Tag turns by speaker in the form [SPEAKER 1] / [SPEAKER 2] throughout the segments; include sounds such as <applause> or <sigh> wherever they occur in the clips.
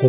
[SPEAKER 1] こ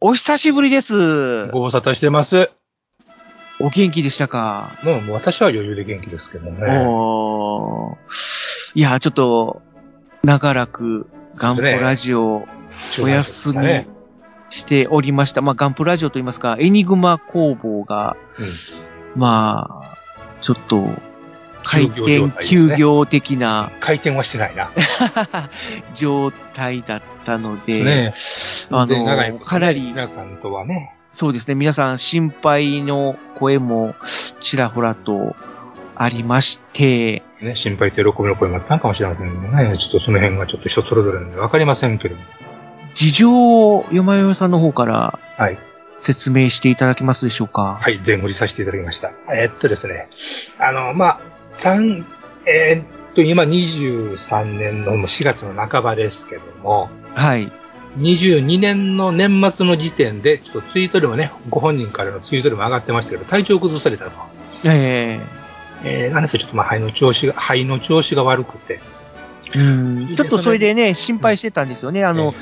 [SPEAKER 2] お久しぶりです。
[SPEAKER 3] ご無沙汰してます。
[SPEAKER 2] お元気でしたか、
[SPEAKER 3] もう私は余裕で元気ですけどね。
[SPEAKER 2] おーいや、ちょっと、長らく、ガンプラジオをお休み
[SPEAKER 3] ね。
[SPEAKER 2] しておりました。まあ、ガンプラジオといいますか、エニグマ工房が、まあ、ちょっと、開
[SPEAKER 3] 休業状
[SPEAKER 2] 店
[SPEAKER 3] 態です
[SPEAKER 2] 休
[SPEAKER 3] ね
[SPEAKER 2] 業的な
[SPEAKER 3] 回転はしてないな。
[SPEAKER 2] <laughs> 状態だったので、
[SPEAKER 3] ですね。
[SPEAKER 2] あの
[SPEAKER 3] で長いことね
[SPEAKER 2] かなり
[SPEAKER 3] 皆さんとはね。
[SPEAKER 2] そうですね、皆さん心配の声もちらほらとありまして、
[SPEAKER 3] ね、心配と喜びの声もあったのかもしれませんけどね。ちょっとその辺はちょっと人それぞれなんでわかりませんけども。
[SPEAKER 2] 事情をよまよよさんの方から
[SPEAKER 3] はい。
[SPEAKER 2] 説明していただけますでしょうか。
[SPEAKER 3] はい、前振りさせていただきました。えーっとですね。あの、まあ、三、えーっと、今23年のもう4月の半ばですけども、
[SPEAKER 2] はい。
[SPEAKER 3] 22年の年末の時点で、ちょっとツイートでもね、ご本人からのツイートでも上がってましたけど、体調崩されたと。
[SPEAKER 2] え
[SPEAKER 3] えー、なんでしょうちょっとまあ肺の調子が、肺の調子が悪くて。
[SPEAKER 2] えうん。ちょっとそれでね、心配してたんですよね。あの、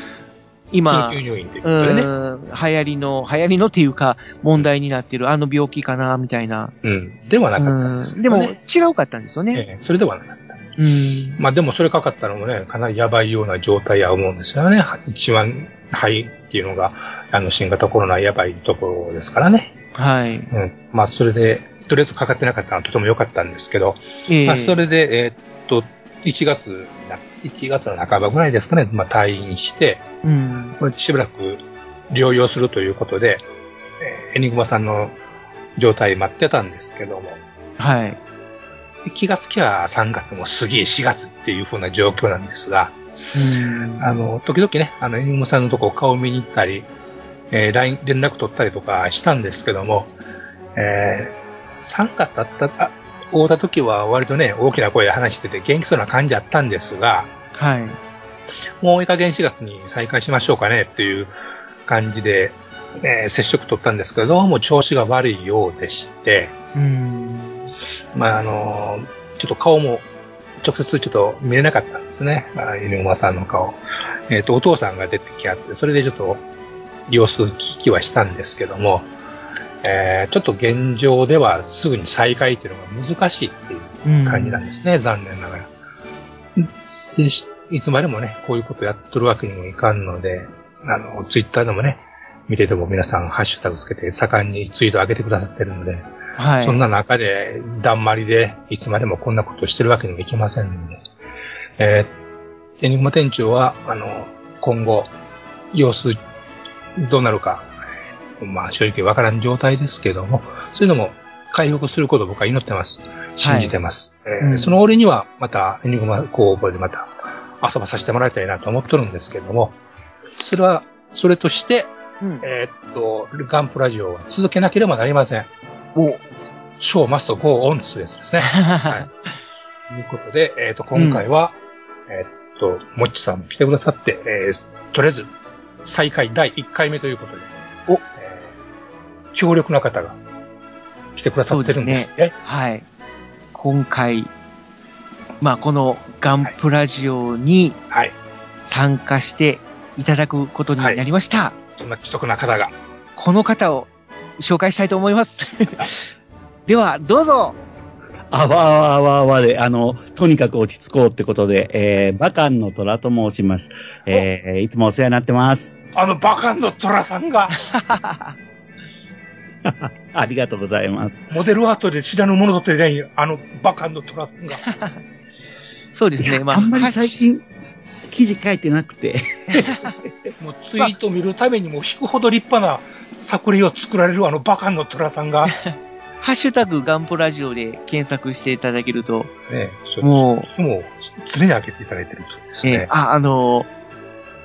[SPEAKER 2] 今
[SPEAKER 3] 緊、急入院という
[SPEAKER 2] う
[SPEAKER 3] ことでね。
[SPEAKER 2] ん、流行りの、流行りのっていうか、問題になってる、あの病気かな、みたいな。
[SPEAKER 3] うん。ではなかったん
[SPEAKER 2] う
[SPEAKER 3] です
[SPEAKER 2] ん。
[SPEAKER 3] け
[SPEAKER 2] で
[SPEAKER 3] ど
[SPEAKER 2] も、
[SPEAKER 3] ね、
[SPEAKER 2] 違うかったんですよね。
[SPEAKER 3] えーそれではなかった。
[SPEAKER 2] うん。
[SPEAKER 3] まあでもそれかかったのもね、かなりやばいような状態や思うんですよね。は一番肺っていうのが、あの、新型コロナやばいところですからね。
[SPEAKER 2] は
[SPEAKER 3] う
[SPEAKER 2] い。
[SPEAKER 3] ん。まあそれで、とりあえずかかってなかったのはとても良かったんですけど、
[SPEAKER 2] ええ
[SPEAKER 3] まあ、それで、えーっと、1月な、1月の半ばぐらいですかね、まあ、退院して、
[SPEAKER 2] うん。
[SPEAKER 3] しばらく療養するということで、えーエニグマさんの状態待ってたんですけども、
[SPEAKER 2] はい。
[SPEAKER 3] 気がつきゃ3月も過ぎ、4月っていう風な状況なんですが、
[SPEAKER 2] うん。
[SPEAKER 3] あの、時々ね、あの、エニグマさんのとこ顔見に行ったり、えー LINE 連絡取ったりとかしたんですけども、えー3月あった、あ、会うた時は割とね、大きな声で話してて元気そうな感じだったんですが、
[SPEAKER 2] はい。
[SPEAKER 3] もういい加減4月に再開しましょうかねっていう感じで、えー接触取ったんですけど、どうも調子が悪いようでして、
[SPEAKER 2] うん。
[SPEAKER 3] まあ、あのー、ちょっと顔も直接ちょっと見れなかったんですね。あー犬馬さんの顔。えっ、と、お父さんが出てきあって、それでちょっと様子聞きはしたんですけども、えーちょっと現状ではすぐに再開っていうのが難しいっていう
[SPEAKER 2] うん
[SPEAKER 3] 感じなんですね、残念ながら。でしいつまでもね、こういうことやっとるわけにもいかんので、あの、ツイッターでもね、見てても皆さんハッシュタグつけて盛んにツイート上げてくださってるので、
[SPEAKER 2] はい。
[SPEAKER 3] そんな中で、だんまりで、いつまでもこんなことをしてるわけにもいきませんので、えーエニグマ店長は、あの、今後、様子、どうなるか、まあ、正直わからん状態ですけども、そういうのも回復することを僕は祈ってます。信じてます。えー
[SPEAKER 2] うん
[SPEAKER 3] その俺には、また、エニグマ工房でまた、遊ばさせてもらいたいなと思ってるんですけども、それは、それとして、
[SPEAKER 2] うん。
[SPEAKER 3] えーっと、ガンプラジオは続けなければなりません。
[SPEAKER 2] お。
[SPEAKER 3] ショーマスト go on というやつです
[SPEAKER 2] <laughs>
[SPEAKER 3] ね。
[SPEAKER 2] は
[SPEAKER 3] ということで、えっ、と、今回は、えっと、もっちさん来てくださって、えーとりあえず、再開第1回目ということで、
[SPEAKER 2] お
[SPEAKER 3] えー強力な方が来てくださってるんですね。
[SPEAKER 2] はい。今回、まあ、このガンプラジオに
[SPEAKER 3] はい。
[SPEAKER 2] 参加していただくことになりました。
[SPEAKER 3] そんな既得な方が。
[SPEAKER 2] この方を紹介したいと思います。 <laughs> では、どうぞ <laughs>
[SPEAKER 4] あわあわあわあわで、あの、とにかく落ち着こうってことで、えー、バカンの虎と申します。えー、いつもお世話になってます。
[SPEAKER 3] あの、バカンの虎さんが、
[SPEAKER 4] ありがとうございます。
[SPEAKER 3] モデルアートで知らぬものとってない、あの、バカンの虎さんが。
[SPEAKER 2] そうですね、まあ。
[SPEAKER 4] あんまり
[SPEAKER 2] は
[SPEAKER 4] 最
[SPEAKER 2] い
[SPEAKER 4] 近、記事書いてなくて。 <laughs>
[SPEAKER 3] もうツイート見るためにも引くほど立派な作品を作られるあのバカンの虎さん <laughs> が。
[SPEAKER 2] ハッシュタグガンプラジオで検索していただけると、
[SPEAKER 3] ね、ちょっ
[SPEAKER 2] も
[SPEAKER 3] ともう、常に開けていただいてるということです
[SPEAKER 2] う、えー
[SPEAKER 3] ね。
[SPEAKER 2] あ、あのー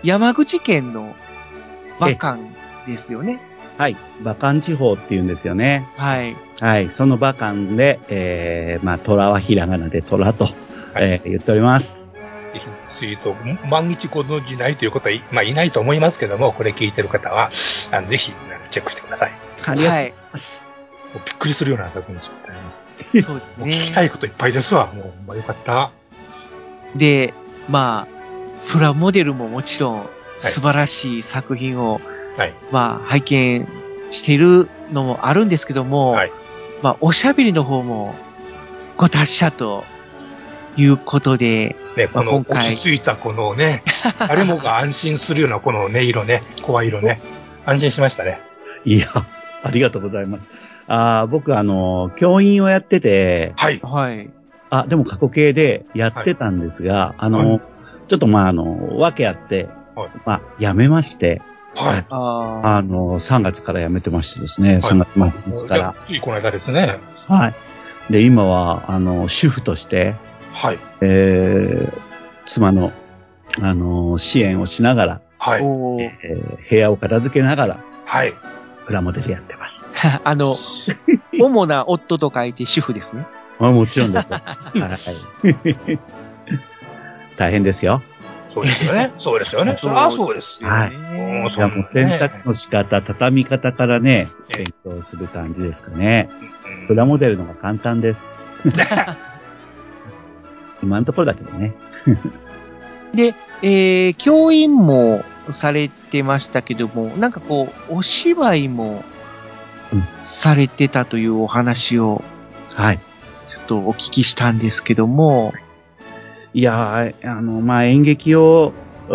[SPEAKER 2] 山口県の和漢ですよね。
[SPEAKER 4] はい。馬漢地方って言うんですよね。
[SPEAKER 2] はい。
[SPEAKER 4] はい。その馬漢で、えー、まあ、虎はひらがなで虎と、
[SPEAKER 3] はい
[SPEAKER 4] えー言っております。
[SPEAKER 3] ぜひツイート、万日ご存じないという方はい、まあ、いないと思いますけども、これ聞いてる方は、あのぜひあのチェックしてください。
[SPEAKER 4] ありがとうござ
[SPEAKER 2] はいい。
[SPEAKER 4] ます。
[SPEAKER 3] もうびっくりするような作品でございます。
[SPEAKER 2] そうです
[SPEAKER 3] もう聞きた
[SPEAKER 2] ね。
[SPEAKER 3] いこといっぱいですわ。もう、ほんまよかった。
[SPEAKER 2] で、まあ、プラモデルももちろん素晴らしい作品を、
[SPEAKER 3] はい。
[SPEAKER 2] まあ、拝見しているのもあるんですけども、
[SPEAKER 3] はい
[SPEAKER 2] まあ、おしゃべりの方もご達者ということで、
[SPEAKER 3] ね、この
[SPEAKER 2] 今
[SPEAKER 3] 落
[SPEAKER 2] 回
[SPEAKER 3] ち着いたこのね、誰もが安心するようなこの音色ね、声色ね。安心しましたね。
[SPEAKER 4] いや、ありがとうございます。あー僕、あの、教員をやってて、
[SPEAKER 3] はい。
[SPEAKER 2] はい。
[SPEAKER 4] あ、でも過去形でやってたんですが、あの、
[SPEAKER 3] は
[SPEAKER 4] ちょっとまあ、あの、訳あって、
[SPEAKER 3] はい
[SPEAKER 4] まあ、辞めまして、
[SPEAKER 3] はい。
[SPEAKER 2] あ
[SPEAKER 4] あの、3月から辞めてましてですね、3月末から。
[SPEAKER 3] ついこの間ですね。
[SPEAKER 4] はい。で、今は、あの、主婦として、
[SPEAKER 3] はい。
[SPEAKER 4] えー、妻の、あの、支援をしながら、
[SPEAKER 3] は
[SPEAKER 2] あ、
[SPEAKER 3] い。
[SPEAKER 2] おー
[SPEAKER 4] えー部屋を片付けながら、
[SPEAKER 3] はい。
[SPEAKER 4] プラモデルやってます。
[SPEAKER 2] <laughs> あの、主な夫と書いて主婦ですね。
[SPEAKER 4] まあ、もちろ <laughs> んだと思います。はい。大変ですよ。
[SPEAKER 3] そうですよ
[SPEAKER 2] <laughs>
[SPEAKER 3] ね。そうですよね。そ
[SPEAKER 2] そう
[SPEAKER 3] れはそうですよ。
[SPEAKER 4] はい
[SPEAKER 3] もう
[SPEAKER 4] い
[SPEAKER 3] そ
[SPEAKER 4] や、
[SPEAKER 3] う
[SPEAKER 4] も
[SPEAKER 3] で
[SPEAKER 4] う
[SPEAKER 3] すね
[SPEAKER 4] 洗濯の仕方、畳み方からね、
[SPEAKER 3] ええ
[SPEAKER 4] 勉強する感じですかね。
[SPEAKER 3] うん
[SPEAKER 4] プラモデルの方が簡
[SPEAKER 3] <laughs>
[SPEAKER 4] 単です。今のところだけどね。
[SPEAKER 2] で、えー、教員もされてましたけども、なんかこう、お芝居も
[SPEAKER 4] うん
[SPEAKER 2] されてたというお話を
[SPEAKER 4] はい。
[SPEAKER 2] ちょっとお聞きしたんですけども、
[SPEAKER 4] いやー、あの、まあ、演劇を、う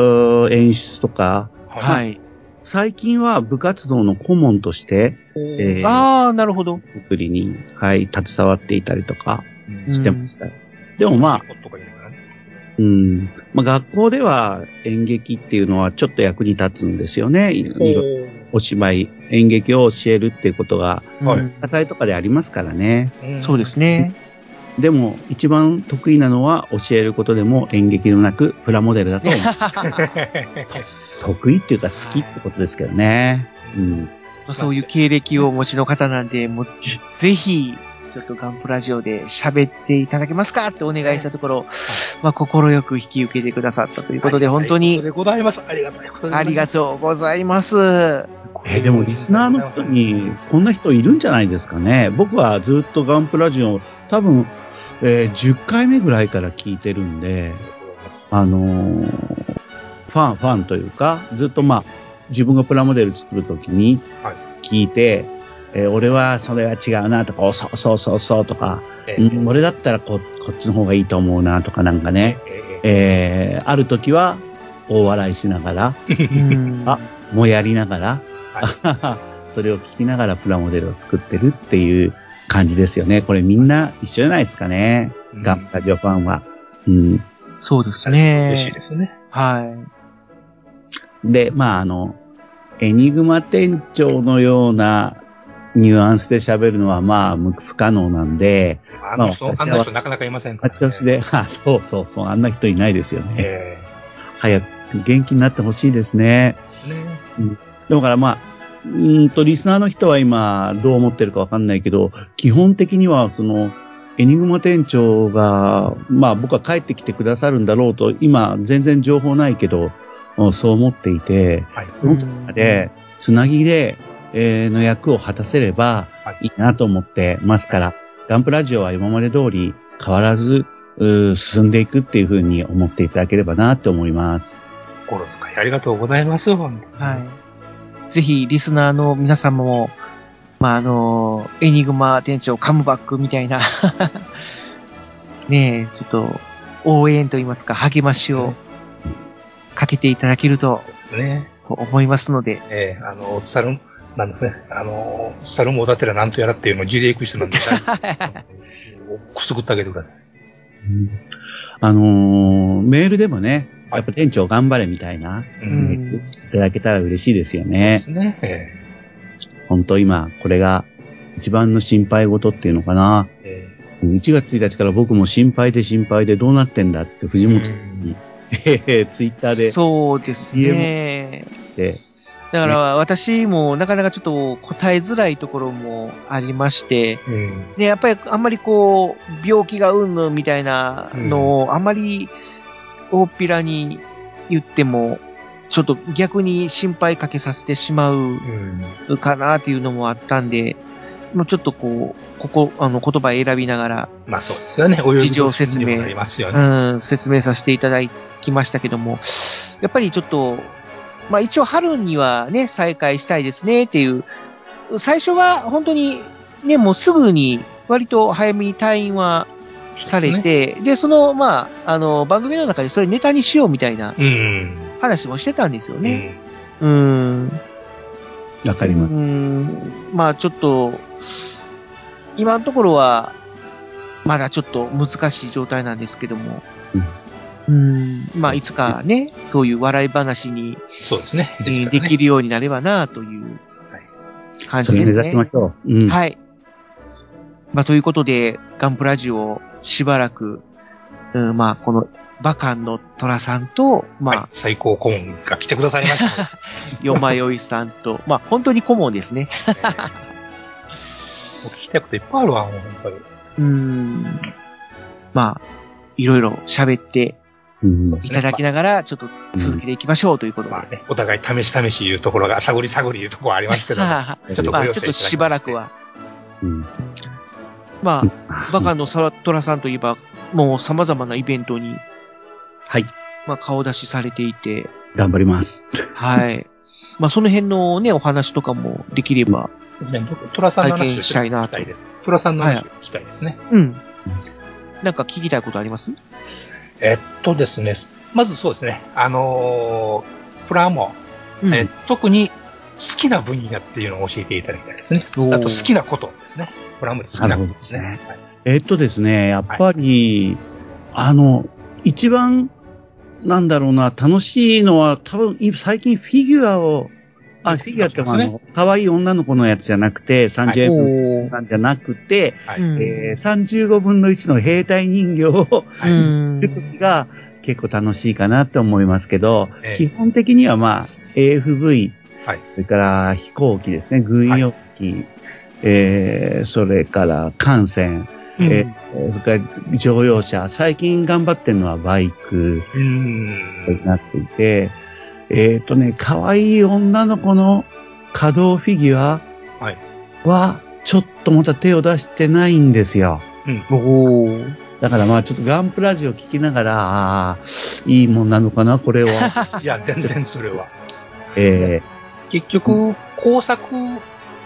[SPEAKER 4] ー演出とか、
[SPEAKER 2] は
[SPEAKER 3] はい。
[SPEAKER 2] い。
[SPEAKER 4] 最近は部活動の顧問として、えー
[SPEAKER 2] ああ、なるほど。
[SPEAKER 4] 作りに、はい、携わっていたりとかしてました。でもまあ、
[SPEAKER 3] とか言いながらね
[SPEAKER 4] うん、まあ、学校では演劇っていうのはちょっと役に立つんですよね。いろいろお芝居、演劇を教えるっていうことが、
[SPEAKER 3] はい
[SPEAKER 2] うん
[SPEAKER 4] 火災とかでありますからね。
[SPEAKER 3] うん
[SPEAKER 2] そう
[SPEAKER 4] <laughs>
[SPEAKER 2] ですね。
[SPEAKER 4] でも、一番得意なのは教えることでも演劇でもなく、プラモデルだと思う得意っていうか好きってことですけどね。うん。
[SPEAKER 2] <laughs> そういう経歴をお持ちの方なんで、もうぜひ、ちょっとガンプラジオで喋っていただけますかってお願いしたところ、まあ、心よく引き受けてくださったということで、本当
[SPEAKER 3] というこ
[SPEAKER 2] に
[SPEAKER 3] とでございます。ありがたいことでござい
[SPEAKER 2] あ
[SPEAKER 3] ます
[SPEAKER 2] りがとうございます。
[SPEAKER 4] えーでも、リスナーの人に、こんな人いるんじゃないですかね。僕はずっとガンプラジオ、多分、えー10回目ぐらいから聞いてるんで、あのーファン、ファンというか、ずっとまあ、自分がプラモデル作るときに
[SPEAKER 3] はい
[SPEAKER 4] 聞いて、えー俺はそれは違うなとか、おそうそうそうそうとか、
[SPEAKER 3] え
[SPEAKER 4] う
[SPEAKER 3] ー
[SPEAKER 4] ん俺だったらここっちの方がいいと思うなとかなんかね、
[SPEAKER 3] えー
[SPEAKER 4] えーあるときは大笑いしながら、
[SPEAKER 2] うん
[SPEAKER 4] あもやりながら、 <laughs>
[SPEAKER 3] は
[SPEAKER 4] それを聞きながらプラモデルを作ってるっていう感じですよね。これみんな一緒じゃないですかね。
[SPEAKER 3] うん
[SPEAKER 4] ガンプラジオファンは。うん。
[SPEAKER 2] そうです
[SPEAKER 3] 嬉しい
[SPEAKER 2] ね。
[SPEAKER 3] ですね。
[SPEAKER 2] は
[SPEAKER 4] で、まあ、あの、エニグマ店長のようなニュアンスで喋るのは、まあ、無不可能なんで、
[SPEAKER 3] あの人、
[SPEAKER 4] まあ
[SPEAKER 3] あんな人なかなかいませんから、ね。
[SPEAKER 4] 調子で、あ、そうそうそう、あんな人いないですよね。
[SPEAKER 3] え
[SPEAKER 4] 早く元気になってほしいですね。
[SPEAKER 3] ーね
[SPEAKER 4] だからまあ、うーんと、リスナーの人は今、どう思ってるかわかんないけど、基本的には、その、エニグマ店長が、まあ僕は帰ってきてくださるんだろうと、今、全然情報ないけど、うんそう思っていて、
[SPEAKER 3] はい。
[SPEAKER 4] その中で、つなぎで、えーの役を果たせれば
[SPEAKER 3] はい
[SPEAKER 4] いなと思ってますから、ガンプラジオは今まで通り変わらず、うー進んでいくっていうふうに思っていただければなって思います。
[SPEAKER 3] 心遣いありがとうございます。本
[SPEAKER 2] い。はい。ぜひ、リスナーの皆様も、まあ、あの、エニグマ店長カムバックみたいな、 <laughs> ねえ、ちょっと、応援といいますか、励ましをかけていただけると、
[SPEAKER 3] 当にね。
[SPEAKER 2] と思いますので、
[SPEAKER 3] えー、あの、猿、なんですね。あの、猿もだてらなんとやらっていうのを自で行く人なん
[SPEAKER 2] <laughs>
[SPEAKER 3] で、くすぐってあげてください。
[SPEAKER 4] うんあのーメールでもね、
[SPEAKER 3] はい
[SPEAKER 4] やっぱ店長頑張れみたいな、
[SPEAKER 3] う。
[SPEAKER 2] うん
[SPEAKER 3] で
[SPEAKER 2] ん、
[SPEAKER 4] いただけたら嬉しいですよね
[SPEAKER 3] す。ね。え
[SPEAKER 4] 本当今、これが一番の心配事っていうのかな
[SPEAKER 3] ー。え
[SPEAKER 4] うん1月1日から僕も心配で心配でどうなってんだって藤本さんにええツイッターで
[SPEAKER 2] そうですね。
[SPEAKER 4] して、
[SPEAKER 2] だから私もなかなかちょっと答えづらいところもありまして、
[SPEAKER 3] うん。
[SPEAKER 2] で、やっぱりあんまりこう、病気がうんぬんみたいなのを、あんまり大っぴらに言っても、ちょっと逆に心配かけさせてしまう
[SPEAKER 3] うん。
[SPEAKER 2] かなっていうのもあったんで、もうちょっとこう、ここ、あの、言葉選びながら、
[SPEAKER 3] まあそうですよね。お
[SPEAKER 2] 事情説明
[SPEAKER 3] になりますよね。
[SPEAKER 2] うん、説明させていただきましたけども、やっぱりちょっと、まあ一応春にはね、再開したいですねっていう、最初は本当にね、もうすぐに割と早めに退院はされて、で、その、まあ、あの、番組の中でそれネタにしようみたいな
[SPEAKER 3] うん。
[SPEAKER 2] 話もしてたんですよ
[SPEAKER 3] う
[SPEAKER 2] ね。
[SPEAKER 3] ん。
[SPEAKER 2] うん。
[SPEAKER 4] わかりま
[SPEAKER 2] う
[SPEAKER 4] す。
[SPEAKER 2] ん、まあちょっと、今のところは、まだちょっと難しい状態なんですけども、うん、まあいつかね、そういう笑い話に
[SPEAKER 3] そうですね。
[SPEAKER 2] え
[SPEAKER 3] き
[SPEAKER 2] ー
[SPEAKER 3] たらね
[SPEAKER 2] できるようになればなという感
[SPEAKER 4] そ
[SPEAKER 2] じ
[SPEAKER 4] れ
[SPEAKER 2] で
[SPEAKER 4] 目
[SPEAKER 2] すね。
[SPEAKER 4] 指しましょう。うん。
[SPEAKER 2] はい。まあということで、ガンプラジオしばらく、うん、まあこのバカンの虎さんと、ま
[SPEAKER 3] はい
[SPEAKER 2] あ、
[SPEAKER 3] 最高顧問が来てくださいました
[SPEAKER 2] <laughs>
[SPEAKER 3] の
[SPEAKER 2] よまよいさんと、まあ本当に顧問ですね。
[SPEAKER 3] で、ねもう聞きたいこといっぱいあるわ、もう本当に。
[SPEAKER 2] うーん。まあ、いろいろ喋って
[SPEAKER 4] うん
[SPEAKER 3] そう
[SPEAKER 2] いただきながら、ちょっと続けていきましょうということで。
[SPEAKER 3] まあね、お互い試し試し言うところが、探り探り言うところはありますけど、
[SPEAKER 2] <laughs> はあ
[SPEAKER 3] ち
[SPEAKER 2] は
[SPEAKER 3] ょっと
[SPEAKER 2] あま
[SPEAKER 3] ご容赦い
[SPEAKER 2] あ
[SPEAKER 3] ただきま
[SPEAKER 2] ちょっとしばらく。は。
[SPEAKER 4] うん
[SPEAKER 2] まあ、バ
[SPEAKER 4] は
[SPEAKER 2] カのサトラさんといえば、もう様々なイベントに、
[SPEAKER 4] い。
[SPEAKER 2] まあ、顔出しされていて、
[SPEAKER 4] 頑張ります。
[SPEAKER 2] はい。まあ、その辺のね、お話とかもできれば、
[SPEAKER 3] ねトラさんの話をちょっと聞きたいです。トラさんの話を聞きたいですね。
[SPEAKER 2] うん。なんか聞きたいことあります
[SPEAKER 3] えっとですね、まずそうですね、あのープラモ、
[SPEAKER 2] うん。
[SPEAKER 3] え特に好きな分野っていうのを教えていただきたいですね。
[SPEAKER 2] おー
[SPEAKER 3] あと好きなことですね。プラモで好きなことですね。
[SPEAKER 4] なる
[SPEAKER 3] はい
[SPEAKER 4] えっとですね、やっぱり、あの、一番、なんだろうな、楽しいのは、多分、い最近フィギュアを、あ、フィギュアってか、
[SPEAKER 3] そうで
[SPEAKER 4] あ
[SPEAKER 3] す
[SPEAKER 4] の、可愛い女の子のやつじゃなくて、30分
[SPEAKER 2] おー
[SPEAKER 4] なんじゃなくて、
[SPEAKER 3] はい
[SPEAKER 2] うん
[SPEAKER 4] えー35分の1の兵隊人形を
[SPEAKER 2] う
[SPEAKER 4] 売
[SPEAKER 2] ん
[SPEAKER 4] る時が結構楽しいかなって思いますけど、
[SPEAKER 3] ええ
[SPEAKER 4] 基本的にはまあ、AFV、
[SPEAKER 3] はい
[SPEAKER 4] それから飛行機ですね、軍用機、えーそれから艦船、
[SPEAKER 2] うん
[SPEAKER 4] えーそれから乗用車、最近頑張ってるのはバイク
[SPEAKER 3] うーん
[SPEAKER 4] に。なっていて、えっ、とね、可愛い女の子の可動フィギュア
[SPEAKER 3] はい
[SPEAKER 4] は、ちょっとまた手を出してないんですよ。
[SPEAKER 3] うん。
[SPEAKER 2] おー
[SPEAKER 4] だからまあちょっとガンプラジオ聞きながら、ああ、いいもんなのかな、こ
[SPEAKER 2] <laughs>
[SPEAKER 4] れは。
[SPEAKER 3] いや、全然それは。
[SPEAKER 4] え
[SPEAKER 3] 結局、工作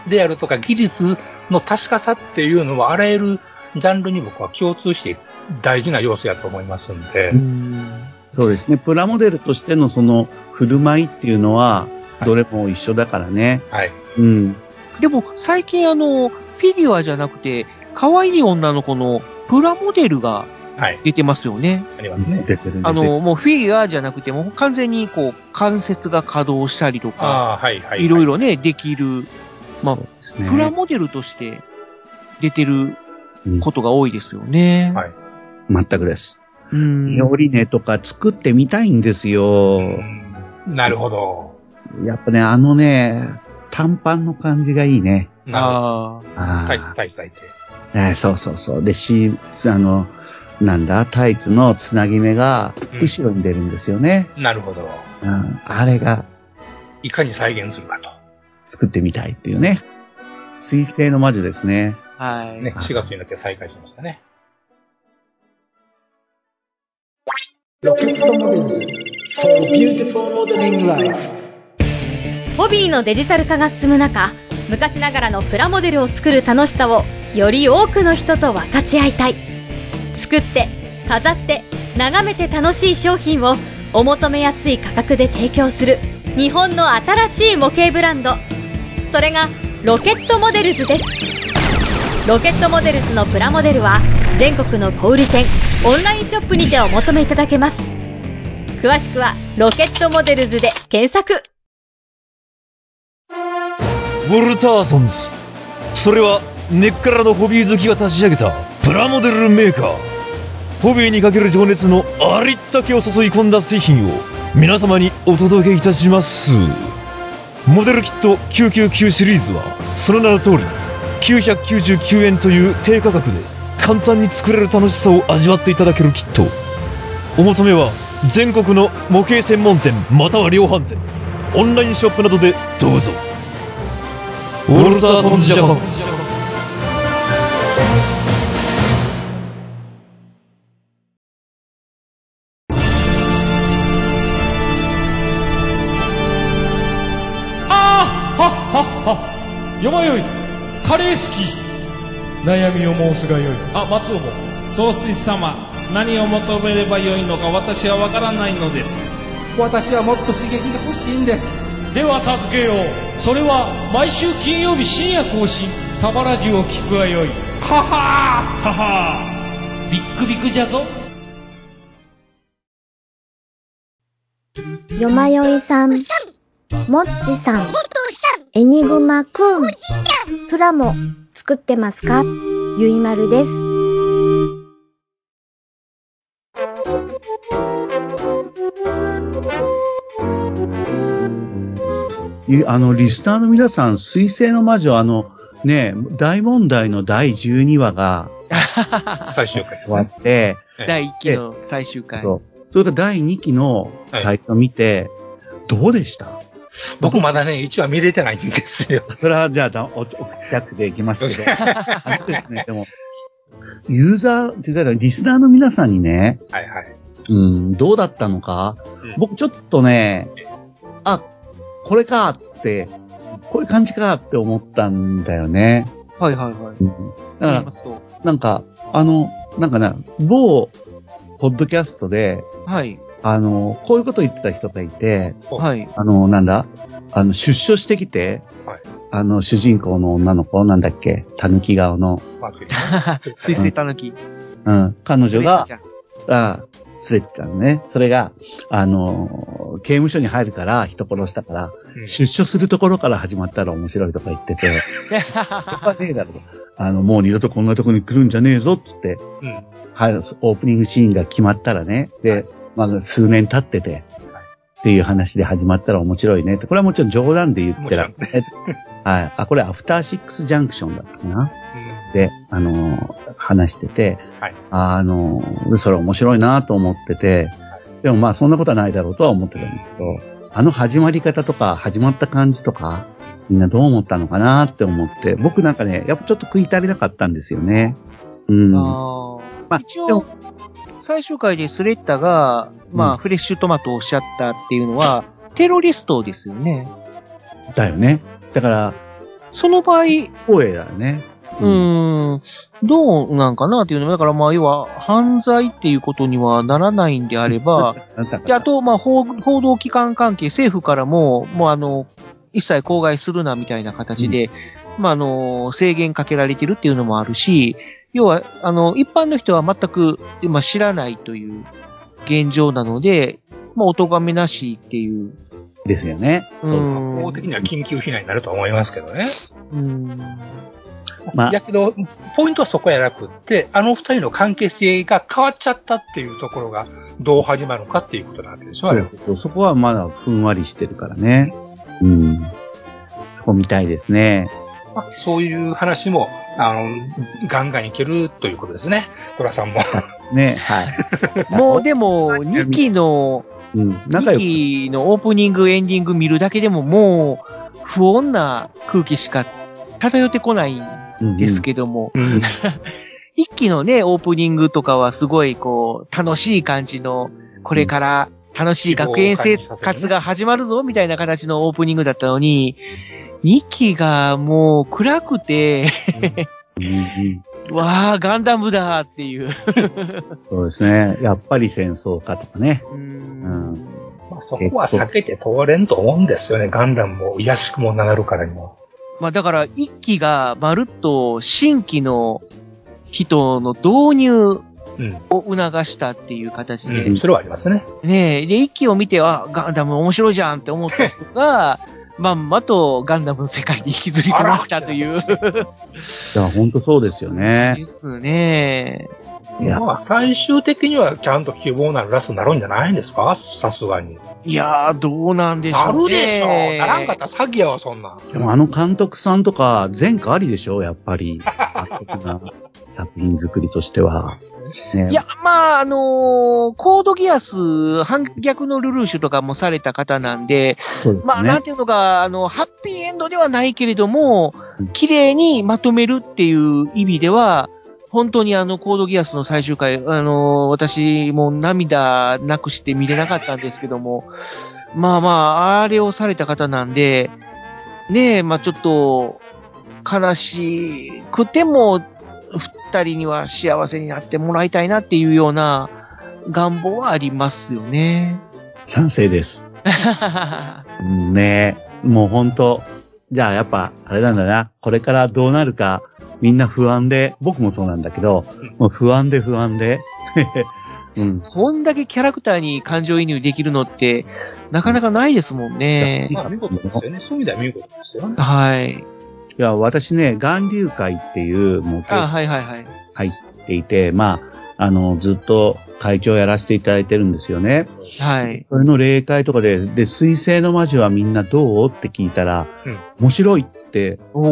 [SPEAKER 3] であるとか技術の確かさっていうのはあらゆるジャンルに僕は共通して大事な要素やと思いますんで、
[SPEAKER 2] うん。
[SPEAKER 4] ーそうですね。プラモデルとしてのその振る舞いっていうのは、
[SPEAKER 3] はい
[SPEAKER 4] どれも一緒だからね。
[SPEAKER 3] はい。
[SPEAKER 4] うん。
[SPEAKER 2] でも、最近あの、フィギュアじゃなくて、可愛い女の子のプラモデルが
[SPEAKER 3] はい。
[SPEAKER 2] 出てますよね。
[SPEAKER 3] ありますね。
[SPEAKER 4] 出てるんで
[SPEAKER 2] あの、もうフィギュアじゃなくて、もう完全にこう、関節が稼働したりとか、
[SPEAKER 3] ああ、はい、はい。
[SPEAKER 2] いろいろね、できる、まあ、
[SPEAKER 4] ですね。
[SPEAKER 2] プラモデルとして出てることが多いですよ
[SPEAKER 3] う
[SPEAKER 2] ね
[SPEAKER 3] ん。はい
[SPEAKER 4] 全くです。
[SPEAKER 2] うん。
[SPEAKER 4] ミオリネとか作ってみたいんです
[SPEAKER 3] う
[SPEAKER 4] よ。
[SPEAKER 3] ん。なるほど。
[SPEAKER 4] やっぱね、あのね、短パンの感じがいいね。
[SPEAKER 3] なるほど。
[SPEAKER 2] ああ。
[SPEAKER 4] あ
[SPEAKER 3] 大使、大使大使。
[SPEAKER 4] えーそうそうそう。で、し、あの、なんだ、タイツのつなぎ目が
[SPEAKER 3] うん
[SPEAKER 4] 後ろに出るんですよね。
[SPEAKER 3] なるほど。
[SPEAKER 4] うん。あれが
[SPEAKER 3] いかに再現するかと。
[SPEAKER 4] 作ってみたいっていうね。水星の魔女ですね。
[SPEAKER 2] はい。
[SPEAKER 3] ね、
[SPEAKER 4] はい
[SPEAKER 3] 4月になって再開しましたね。
[SPEAKER 5] ホビーのデジタル化が進む中昔ながらのプラモデルを作る楽しさをより多くの人と分かち合いたい作って飾って眺めて楽しい商品をお求めやすい価格で提供する日本の新しい模型ブランドそれがロケットモデルズですロケットモデルズのプラモデルは全国の小売店オンラインショップにてお求めいただけます詳しくは「ロケットモデルズ」で検索
[SPEAKER 6] ウォルターソンズそれは根っからのホビー好きが立ち上げたプラモデルメーカーホビーにかける情熱のありったけを注ぎ込んだ製品を皆様にお届けいたしますモデルキット999シリーズはその名の通り999円という低価格で簡単に作れる楽しさを味わっていただけるキットお求めは全国の模型専門店または量販店オンラインショップなどでどうぞウォルターソンズジャパン
[SPEAKER 7] ああはっはっはよまよいカレー好き
[SPEAKER 8] 悩みを申すがよい
[SPEAKER 7] あ松尾も
[SPEAKER 9] 総帥様何を求めればよいのか私はわからないのです
[SPEAKER 8] 私はもっと刺激が欲しいんです
[SPEAKER 7] では助けようそれは毎週金曜日深夜更新サバラジュを聞くがよい
[SPEAKER 9] ははははビックビックじゃぞ
[SPEAKER 10] よまよいさん、もっちさん、エニグマくん、プラも作ってますかゆいまるです。
[SPEAKER 4] いあの、リスナーの皆さん、水星の魔女、あの、ね、大問題の第12話が
[SPEAKER 3] 最終回で
[SPEAKER 4] 終
[SPEAKER 3] す
[SPEAKER 4] わ
[SPEAKER 3] ね。
[SPEAKER 4] って、
[SPEAKER 3] ええ
[SPEAKER 2] 第1期の最終回。
[SPEAKER 4] そう。それから第2期のサイト見て、どうでした
[SPEAKER 3] <laughs> 僕まだね、1話見れてないんですよ。
[SPEAKER 4] それはじゃあだお、お口チャックでいきますけど。あのですね、でも、ユーザー、というか、リスナーの皆さんにね、
[SPEAKER 3] はいはい。
[SPEAKER 4] うん、どうだったのか、
[SPEAKER 3] うん
[SPEAKER 4] 僕ちょっとね、あ、これかって、こういう感じかって思ったんだよね。
[SPEAKER 2] はいはいはい。
[SPEAKER 4] だ
[SPEAKER 2] 言い
[SPEAKER 4] か
[SPEAKER 2] ますと。
[SPEAKER 4] ら、なんか、あの、なんかな、某、ポッドキャストで、
[SPEAKER 2] はい。
[SPEAKER 4] あの、こういうこと言ってた人がいて、
[SPEAKER 2] はい。
[SPEAKER 4] <laughs> あの、なんだあの、出所してきて、
[SPEAKER 3] はい
[SPEAKER 4] あの、主人公の女の子、なんだっけたぬき顔の、
[SPEAKER 3] まあという
[SPEAKER 2] 水星たぬき。
[SPEAKER 4] うん、彼女が、
[SPEAKER 2] じゃ
[SPEAKER 4] あスレッちゃんね。それが、あのー刑務所に入るから、人殺したから、
[SPEAKER 3] うん
[SPEAKER 4] 出所するところから始まったら面白いとか言ってて、やっぱねえだろ。あの、もう二度とこんなとこに来るんじゃねえぞ、っつって、
[SPEAKER 3] うん
[SPEAKER 4] はい、オープニングシーンが決まったらね、で、まあ、数年経ってて、っていう話で始まったら面白いねって、これはもちろん冗談で言ってら、ね、はい。あ、これアフターシックスジャンクションだったかな。で、あのー話してて、
[SPEAKER 3] はい
[SPEAKER 4] あのーそれ面白いなと思ってて、でもまあそんなことはないだろうとは思ってたんだけど、あの始まり方とか、始まった感じとか、みんなどう思ったのかなって思って、僕なんかね、やっぱちょっと食い足りなかったんですよね。 <laughs> うん。
[SPEAKER 2] あ
[SPEAKER 4] ま
[SPEAKER 2] あ
[SPEAKER 4] あ
[SPEAKER 2] 一応、最終回でスレッタが、まあ、フレッシュトマトをおっしゃったっていうのは、テロリストですよね。
[SPEAKER 4] だよね。だから、
[SPEAKER 2] その場合、
[SPEAKER 4] 光栄だよね。
[SPEAKER 2] うーん、どうなんかなっていうのは、だからまあ、要は、犯罪っていうことにはならないんであれば、
[SPEAKER 4] あなた
[SPEAKER 2] で、あ
[SPEAKER 4] が。
[SPEAKER 2] と、まあ、報報道機関関係、政府からも、もうあの、一切口外するなみたいな形で、まあ、あの、制限かけられてるっていうのもあるし、要は、あの、一般の人は全く、まあ、知らないという現状なので、まあ、お咎めなしっていう。
[SPEAKER 4] ですよね。そう。
[SPEAKER 2] ん
[SPEAKER 3] 法的には緊急避難になるとは思いますけどね。
[SPEAKER 2] うん。
[SPEAKER 4] まあ
[SPEAKER 3] やけど、ポイントはそこやなくって、あの二人の関係性が変わっちゃったっていうところが、どう始まるのかっていうことなわけでしょ、あ
[SPEAKER 4] そ
[SPEAKER 3] れ
[SPEAKER 4] う
[SPEAKER 3] は
[SPEAKER 4] そうそうそこはまだふんわりしてるからね。うん。そこ見たいですね。
[SPEAKER 3] まあそういう話も、あの、ガンガンいけるということですね。寅さんも。
[SPEAKER 4] ですね。はい。
[SPEAKER 2] もう、でも、2期の、
[SPEAKER 4] うん。仲良
[SPEAKER 2] 2
[SPEAKER 4] く。
[SPEAKER 2] 期のオープニング、エンディング見るだけでも、もう、不穏な空気しか漂ってこないん
[SPEAKER 4] うん
[SPEAKER 2] ですけども、
[SPEAKER 3] うん
[SPEAKER 2] 一期のね、オープニングとかはすごいこう、楽しい感じの、これから楽しい学園生活が始まるぞ、みたいな形のオープニングだったのに、二期がもう暗くて、 <laughs>
[SPEAKER 4] うんうん
[SPEAKER 2] わあ、ガンダムだっていう。
[SPEAKER 4] そうですね。やっぱり戦争かとかね。
[SPEAKER 2] う
[SPEAKER 4] うん
[SPEAKER 2] ん。
[SPEAKER 3] まあそこは避けて通れんと思うんですよね。ガンダムも癒やしくもなるからにも。
[SPEAKER 2] まあだから、一期がまるっと新規の人の導入
[SPEAKER 3] うん。
[SPEAKER 2] を促したっていう形で、
[SPEAKER 3] うんそれはありますね。
[SPEAKER 2] ねえ、で、一期を見て、あ、ガンダム面白いじゃんって思った人が、
[SPEAKER 3] <laughs>
[SPEAKER 2] まんまとガンダムの世界に引きずり込まれたという。
[SPEAKER 4] いや、ほんとそうですよね。
[SPEAKER 2] ですね。
[SPEAKER 3] まあ、最終的にはちゃんと希望のあるラストになるんじゃないんですかさすがに。
[SPEAKER 2] いやー、どうなんでしょ
[SPEAKER 3] な
[SPEAKER 2] う
[SPEAKER 3] る
[SPEAKER 2] ね。
[SPEAKER 3] でしょならんかったら詐欺やわ、そんなん。
[SPEAKER 4] でもあの監督さんとか、前科ありでしょやっぱり。監督な作品作りとしては。ね
[SPEAKER 2] いや、まあ、あのーコードギアス、反逆のルルーシュとかもされた方なんで、
[SPEAKER 4] そうですね
[SPEAKER 2] まあ、なんていうのか、あの、ハッピーエンドではないけれども、綺麗にまとめるっていう意味では、本当にあの、コードギアスの最終回、あのー私も涙なくして見れなかったんですけども、まあまあ、あれをされた方なんで、ねえ、まあちょっと、悲しくても、二人には幸せになってもらいたいなっていうような願望はありますよね。
[SPEAKER 4] 賛成です。うんねえ。もう本当じゃあやっぱ、あれなんだな。これからどうなるか、みんな不安で、僕もそうなんだけど、もう不安で不安で。 <laughs> うん。
[SPEAKER 2] こんだけキャラクターに感情移入できるのって、なかなかないですもんね。
[SPEAKER 3] まあ、見事ですよね。そういう意味では見事ですよね。
[SPEAKER 2] はい。
[SPEAKER 4] いや、私ね、岩流会っていう、もう、
[SPEAKER 2] あ、はいはいはい。
[SPEAKER 4] 入っていて、まあ、あの、ずっと会長やらせていただいてるんですよね。
[SPEAKER 2] はい。
[SPEAKER 4] それの例会とかで、で、水星の魔女はみんなどうって聞いたら、
[SPEAKER 3] うん
[SPEAKER 4] 面白いって、
[SPEAKER 2] お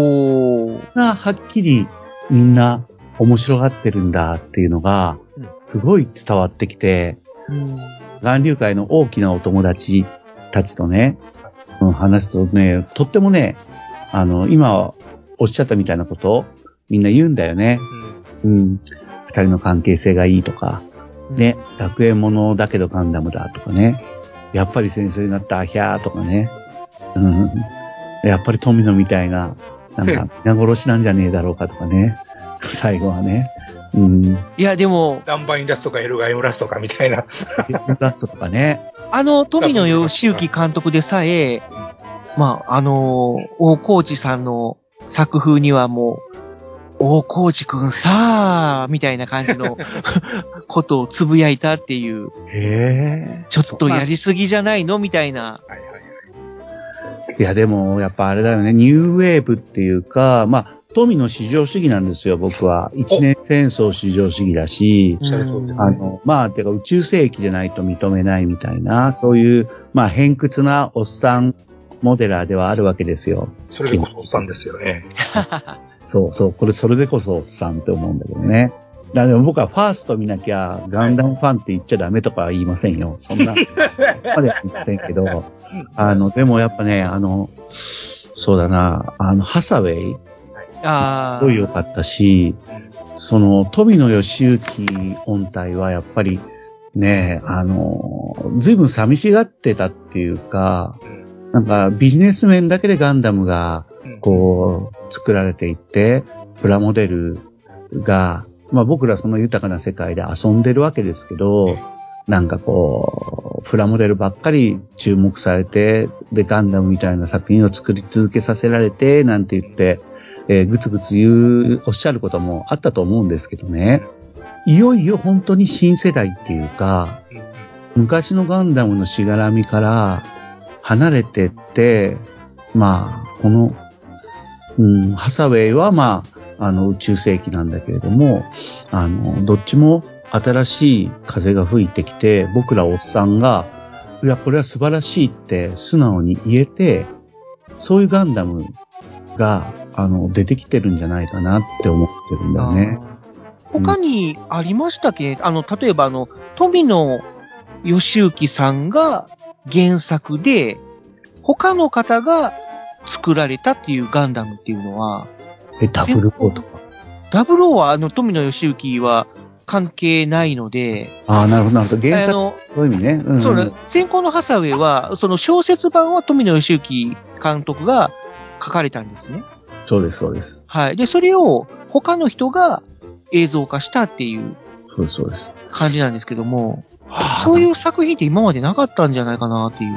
[SPEAKER 2] ー。
[SPEAKER 4] な、はっきりみんな面白がってるんだっていうのが
[SPEAKER 3] うん、
[SPEAKER 4] すごい伝わってきて、岩流会の大きなお友達たちとね、うん話すとね、とってもね、あの、今おっしゃったみたいなことをみんな言うんだよね。うん。二人の関係性がいいとか、ね、学園ものだけどガンダムだとかね、やっぱり戦争になったアヒャーとかね、うん。やっぱり富野みたいな、なん <laughs> か、皆殺しなんじゃねえだろうかとかね、最後はね、うん。
[SPEAKER 2] いや、でも、
[SPEAKER 3] ダンバインラストかエルガイムラストかみたいな。
[SPEAKER 4] ラストとかね、
[SPEAKER 2] あの、富野義行監督でさえ、まあ、あのー大河内さんの作風にはもう、大河内くんさあ、みたいな感じのことをつぶやいたっていう、
[SPEAKER 4] へえ。
[SPEAKER 2] ちょっとやりすぎじゃないのみたいな。
[SPEAKER 4] いや、でも、やっぱあれだよね、ニューウェーブっていうか、まあ、富の至上主義なんですよ、僕は。一年戦争至上主義だし、
[SPEAKER 3] おっしゃる通りです
[SPEAKER 4] あの、まあ、てか宇宙世紀じゃないと認めないみたいな、そういう、まあ、偏屈なおっさんモデラーではあるわけですよ。
[SPEAKER 3] それでこそおっさんですよね。
[SPEAKER 4] そうそう、これそれでこそおっさんって思うんだけどね。だから僕はファースト見なきゃガンダムファンって言っちゃダメとかは言いませんよ。そんな、そこまでは言いませんけど。あの、でもやっぱね、あの、そうだな、あの、ハサウェイ、
[SPEAKER 2] あ
[SPEAKER 4] すごい良かったし、その、富野義行音体はやっぱり、ね、あの、随分寂しがってたっていうか、なんかビジネス面だけでガンダムが、こう、作られていって、プラモデルが、まあ僕らその豊かな世界で遊んでるわけですけど、なんかこう、プラモデルばっかり注目されて、で、ガンダムみたいな作品を作り続けさせられて、なんて言って、えーぐつぐつ言う、おっしゃることもあったと思うんですけどね。いよいよ本当に新世代っていうか、昔のガンダムのしがらみから離れてって、まあ、この、うん、ハサウェイはまあ、あの、宇宙世紀なんだけれども、あの、どっちも新しい風が吹いてきて、僕らおっさんが、いや、これは素晴らしいって素直に言えて、そういうガンダムが、あの、出てきてるんじゃないかなって思ってるんだよね。
[SPEAKER 2] 他にありましたっけあの、例えばあの、富野義行さんが原作で、他の方が作られたっていうガンダムっていうのは、
[SPEAKER 4] え、ダブルコーとか。
[SPEAKER 2] 00はあの富野義行は関係ないので、
[SPEAKER 4] ああ、なるほど、なるほど。原
[SPEAKER 2] あ
[SPEAKER 4] 作、
[SPEAKER 2] の、
[SPEAKER 4] そういう意味ね。うん、
[SPEAKER 2] そうね、先行のハサウェイは、その小説版は富野義行監督が書かれたんですね。
[SPEAKER 4] そうです、そうです。
[SPEAKER 2] はい。で、それを他の人が映像化したっていう
[SPEAKER 4] そうです、そうです。
[SPEAKER 2] 感じなんですけども、
[SPEAKER 4] は
[SPEAKER 2] そういう作品って今までなかったんじゃないかなっていう。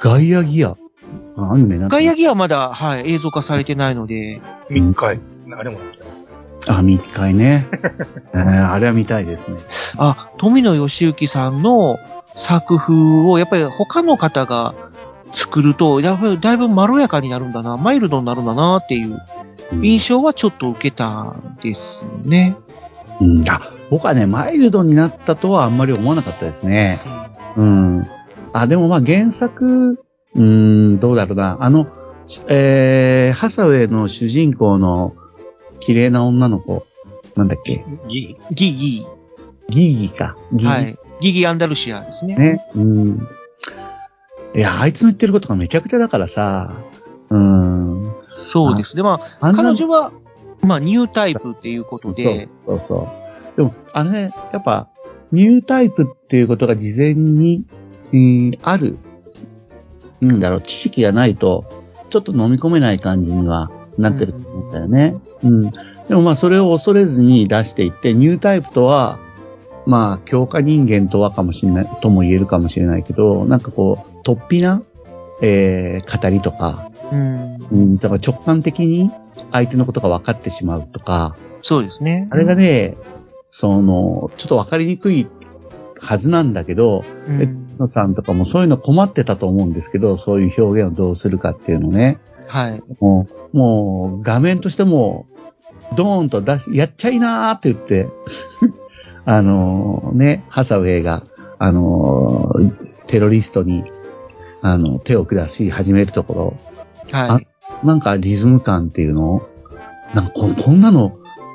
[SPEAKER 4] ガイアギア。あアニメなん
[SPEAKER 2] ガイアギアはまだ、はい、映像化されてないので、
[SPEAKER 3] 密会。あれも
[SPEAKER 4] ア。あ、密会ね。 <laughs> えーあれは見たいですね。
[SPEAKER 2] あ、富野義行さんの作風を、やっぱり他の方が作ると、やっぱりだいぶまろやかになるんだな、マイルドになるんだなっていう
[SPEAKER 4] うん
[SPEAKER 2] 印象はちょっと受けたんですね。
[SPEAKER 4] うん、あ僕はね、マイルドになったとはあんまり思わなかったですね。うん。あ、でもまあ原作、うん、どうだろうな。あの、しえー、ハサウェイの主人公の綺麗な女の子、なんだっけ
[SPEAKER 3] ギ
[SPEAKER 2] ギギ
[SPEAKER 4] ギーギーか。ギーギー、
[SPEAKER 2] はい。ギギアンダルシアですね。
[SPEAKER 4] ね。うん。いや、あいつの言ってることがめちゃくちゃだからさ、うん。
[SPEAKER 2] そうですね。ま
[SPEAKER 4] あ
[SPEAKER 2] あ、
[SPEAKER 4] んな
[SPEAKER 2] 彼女は、まあ、ニュータイプっていうことで、
[SPEAKER 4] そうそうそう。でも、あれね、やっぱ、ニュータイプっていうことが事前に、えーある、なんだろう、知識がないと、ちょっと飲み込めない感じにはなってると思ったよね。うん。でもまあ、それを恐れずに出していって、ニュータイプとは、まあ、強化人間とはかもしれない、とも言えるかもしれないけど、なんかこう、突飛な、えー語りとか、
[SPEAKER 2] うん、
[SPEAKER 4] うん、だから直感的に相手のことが分かってしまうとか、
[SPEAKER 2] そうですね。
[SPEAKER 4] あれがね、その、ちょっと分かりにくいはずなんだけど、
[SPEAKER 2] うん
[SPEAKER 4] えのさんとかもそういうの困ってたと思うんですけど、そういう表現をどうするかっていうのね。
[SPEAKER 2] はい。
[SPEAKER 4] もう、もう画面としても、ドーンと出し、やっちゃいなーって言って、 <laughs> あのーね、ハサウェイが、あのーテロリストに、あの、手を下し始めるところ、
[SPEAKER 2] はい。
[SPEAKER 4] なんかリズム感っていうのなんかここんなの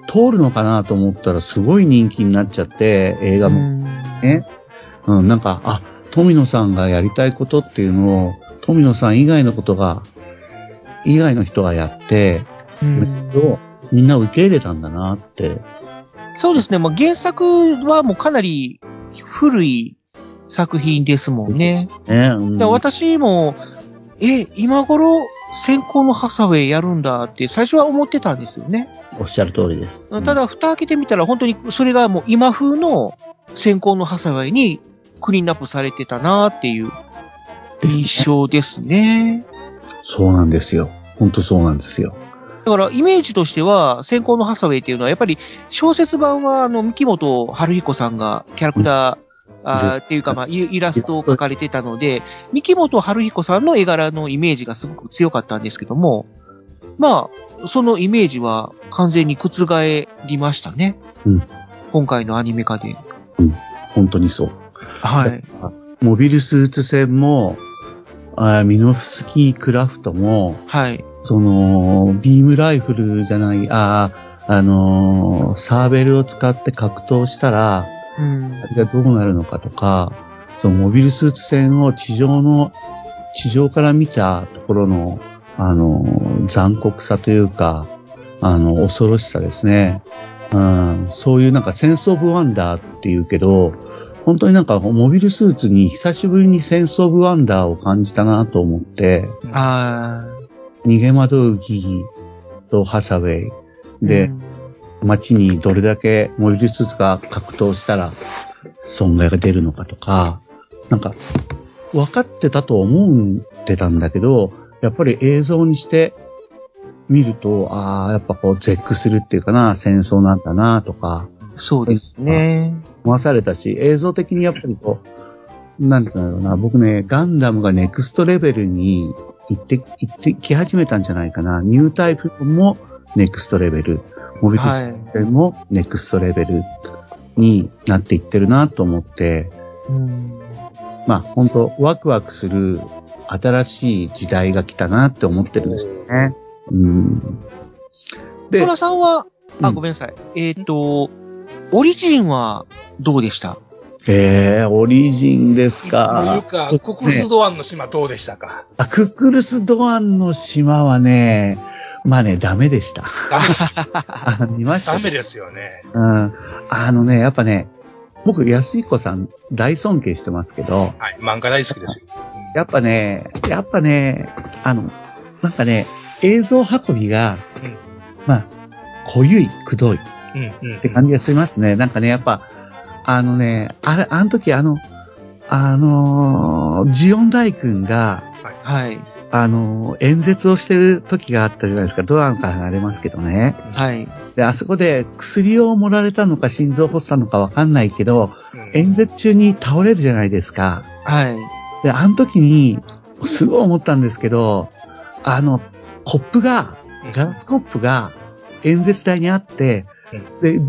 [SPEAKER 4] 通るのかなと思ったらすごい人気になっちゃって、映画
[SPEAKER 2] う
[SPEAKER 4] も
[SPEAKER 2] ん
[SPEAKER 4] ね。うん、なんか、あ、富野さんがやりたいことっていうのを、富野さん以外のことが、以外の人がやって、
[SPEAKER 2] うん
[SPEAKER 4] をみんな受け入れたんだなって。
[SPEAKER 2] そうですね。まあ、原作はもうかなり古い作品ですもんね。
[SPEAKER 4] ね、うん
[SPEAKER 2] で私も、え、今頃、先行のハサウェイやるんだって最初は思ってたんですよね。
[SPEAKER 4] おっしゃる通りです。
[SPEAKER 2] ただ、蓋開けてみたら本当にそれがもう今風の先行のハサウェイにクリーンナップされてたなっていう
[SPEAKER 4] ですね
[SPEAKER 2] 印象ですね。
[SPEAKER 4] そうなんですよ。本当そうなんですよ。
[SPEAKER 2] だから、イメージとしては、先行のハサウェイっていうのは、やっぱり、小説版は、あの、三木本春彦さんがキャラクター、あーっていうか、まあ、イイラストを描かれてたので、三木本春彦さんの絵柄のイメージがすごく強かったんですけども、まあ、そのイメージは完全に覆りましたね。
[SPEAKER 4] うん
[SPEAKER 2] 今回のアニメ化で。
[SPEAKER 4] 本当にそう。
[SPEAKER 2] はい。
[SPEAKER 4] モビルスーツ戦も、あーミノフスキークラフトも、
[SPEAKER 2] はい。
[SPEAKER 4] その、ビームライフルじゃない、あーあのーサーベルを使って格闘したら、
[SPEAKER 2] うん
[SPEAKER 4] あ。れがどうなるのかとか、そのモビルスーツ戦を地上の、地上から見たところの、あのー残酷さというか、あの、恐ろしさですね。うん、そういうなんかセンスオブワンダーっていうけど、本当になんかモビルスーツに久しぶりにセンスオブワンダーを感じたなと思って、
[SPEAKER 2] あ
[SPEAKER 4] 逃げ惑うギギとハサウェイ
[SPEAKER 2] ー
[SPEAKER 4] で
[SPEAKER 2] う、ん
[SPEAKER 4] 街にどれだけモビルスーツが格闘したら損害が出るのかとか、なんか、分かってたと思ってたんだけど、やっぱり映像にして見ると、ああ、やっぱこう、絶句するっていうかな、戦争なんだな、とか、
[SPEAKER 2] そうですね。
[SPEAKER 4] 思わされたし、映像的にやっぱりこう、なんていうんだろうな、僕ね、ガンダムがネクストレベルに行って、行ってき始めたんじゃないかな。ニュータイプもネクストレベル、モビルスーツ戦もネクストレベルになっていってるなと思って、
[SPEAKER 2] うん
[SPEAKER 4] まあ本当ワクワクする新しい時代が来たなって思ってるんですよね。うん。で
[SPEAKER 2] ト、ラさんは、
[SPEAKER 4] う
[SPEAKER 2] あ、
[SPEAKER 4] ん
[SPEAKER 2] ごめんなさい。えっ、と、オリジンはどうでした
[SPEAKER 4] えー、オリジンです
[SPEAKER 3] とい
[SPEAKER 4] か
[SPEAKER 3] う。か、ククルスドアンの島どうでしたか
[SPEAKER 4] あクックルス・ドアンの島はね、まあね、ダメ
[SPEAKER 3] <laughs>
[SPEAKER 4] でした。あ見ました
[SPEAKER 3] ダメですよね。
[SPEAKER 4] うん。あのね、やっぱね、僕、安彦さん大尊敬してますけど、
[SPEAKER 3] はい、漫画大好きですよ。
[SPEAKER 4] やっぱね、やっぱね、あの、なんかね、映像運びが、
[SPEAKER 3] うん
[SPEAKER 4] まあ、濃ゆい、くどいっ
[SPEAKER 3] うん、うん、うん。
[SPEAKER 4] て感じがしますね。なんかね、やっぱ、あのね、あれ、あの時、あの、あのージオン大君が、
[SPEAKER 2] はい。
[SPEAKER 4] あの、演説をしてる時があったじゃないですか。ドアンから離れますけどね。
[SPEAKER 2] はい。
[SPEAKER 4] で、あそこで薬を盛られたのか心臓発作のかわかんないけど、
[SPEAKER 3] うん
[SPEAKER 4] 演説中に倒れるじゃないですか。
[SPEAKER 2] はい。
[SPEAKER 4] で、あの時に、すごい思ったんですけど、あの、コップが、ガラスコップが演説台にあって
[SPEAKER 3] う、
[SPEAKER 4] で、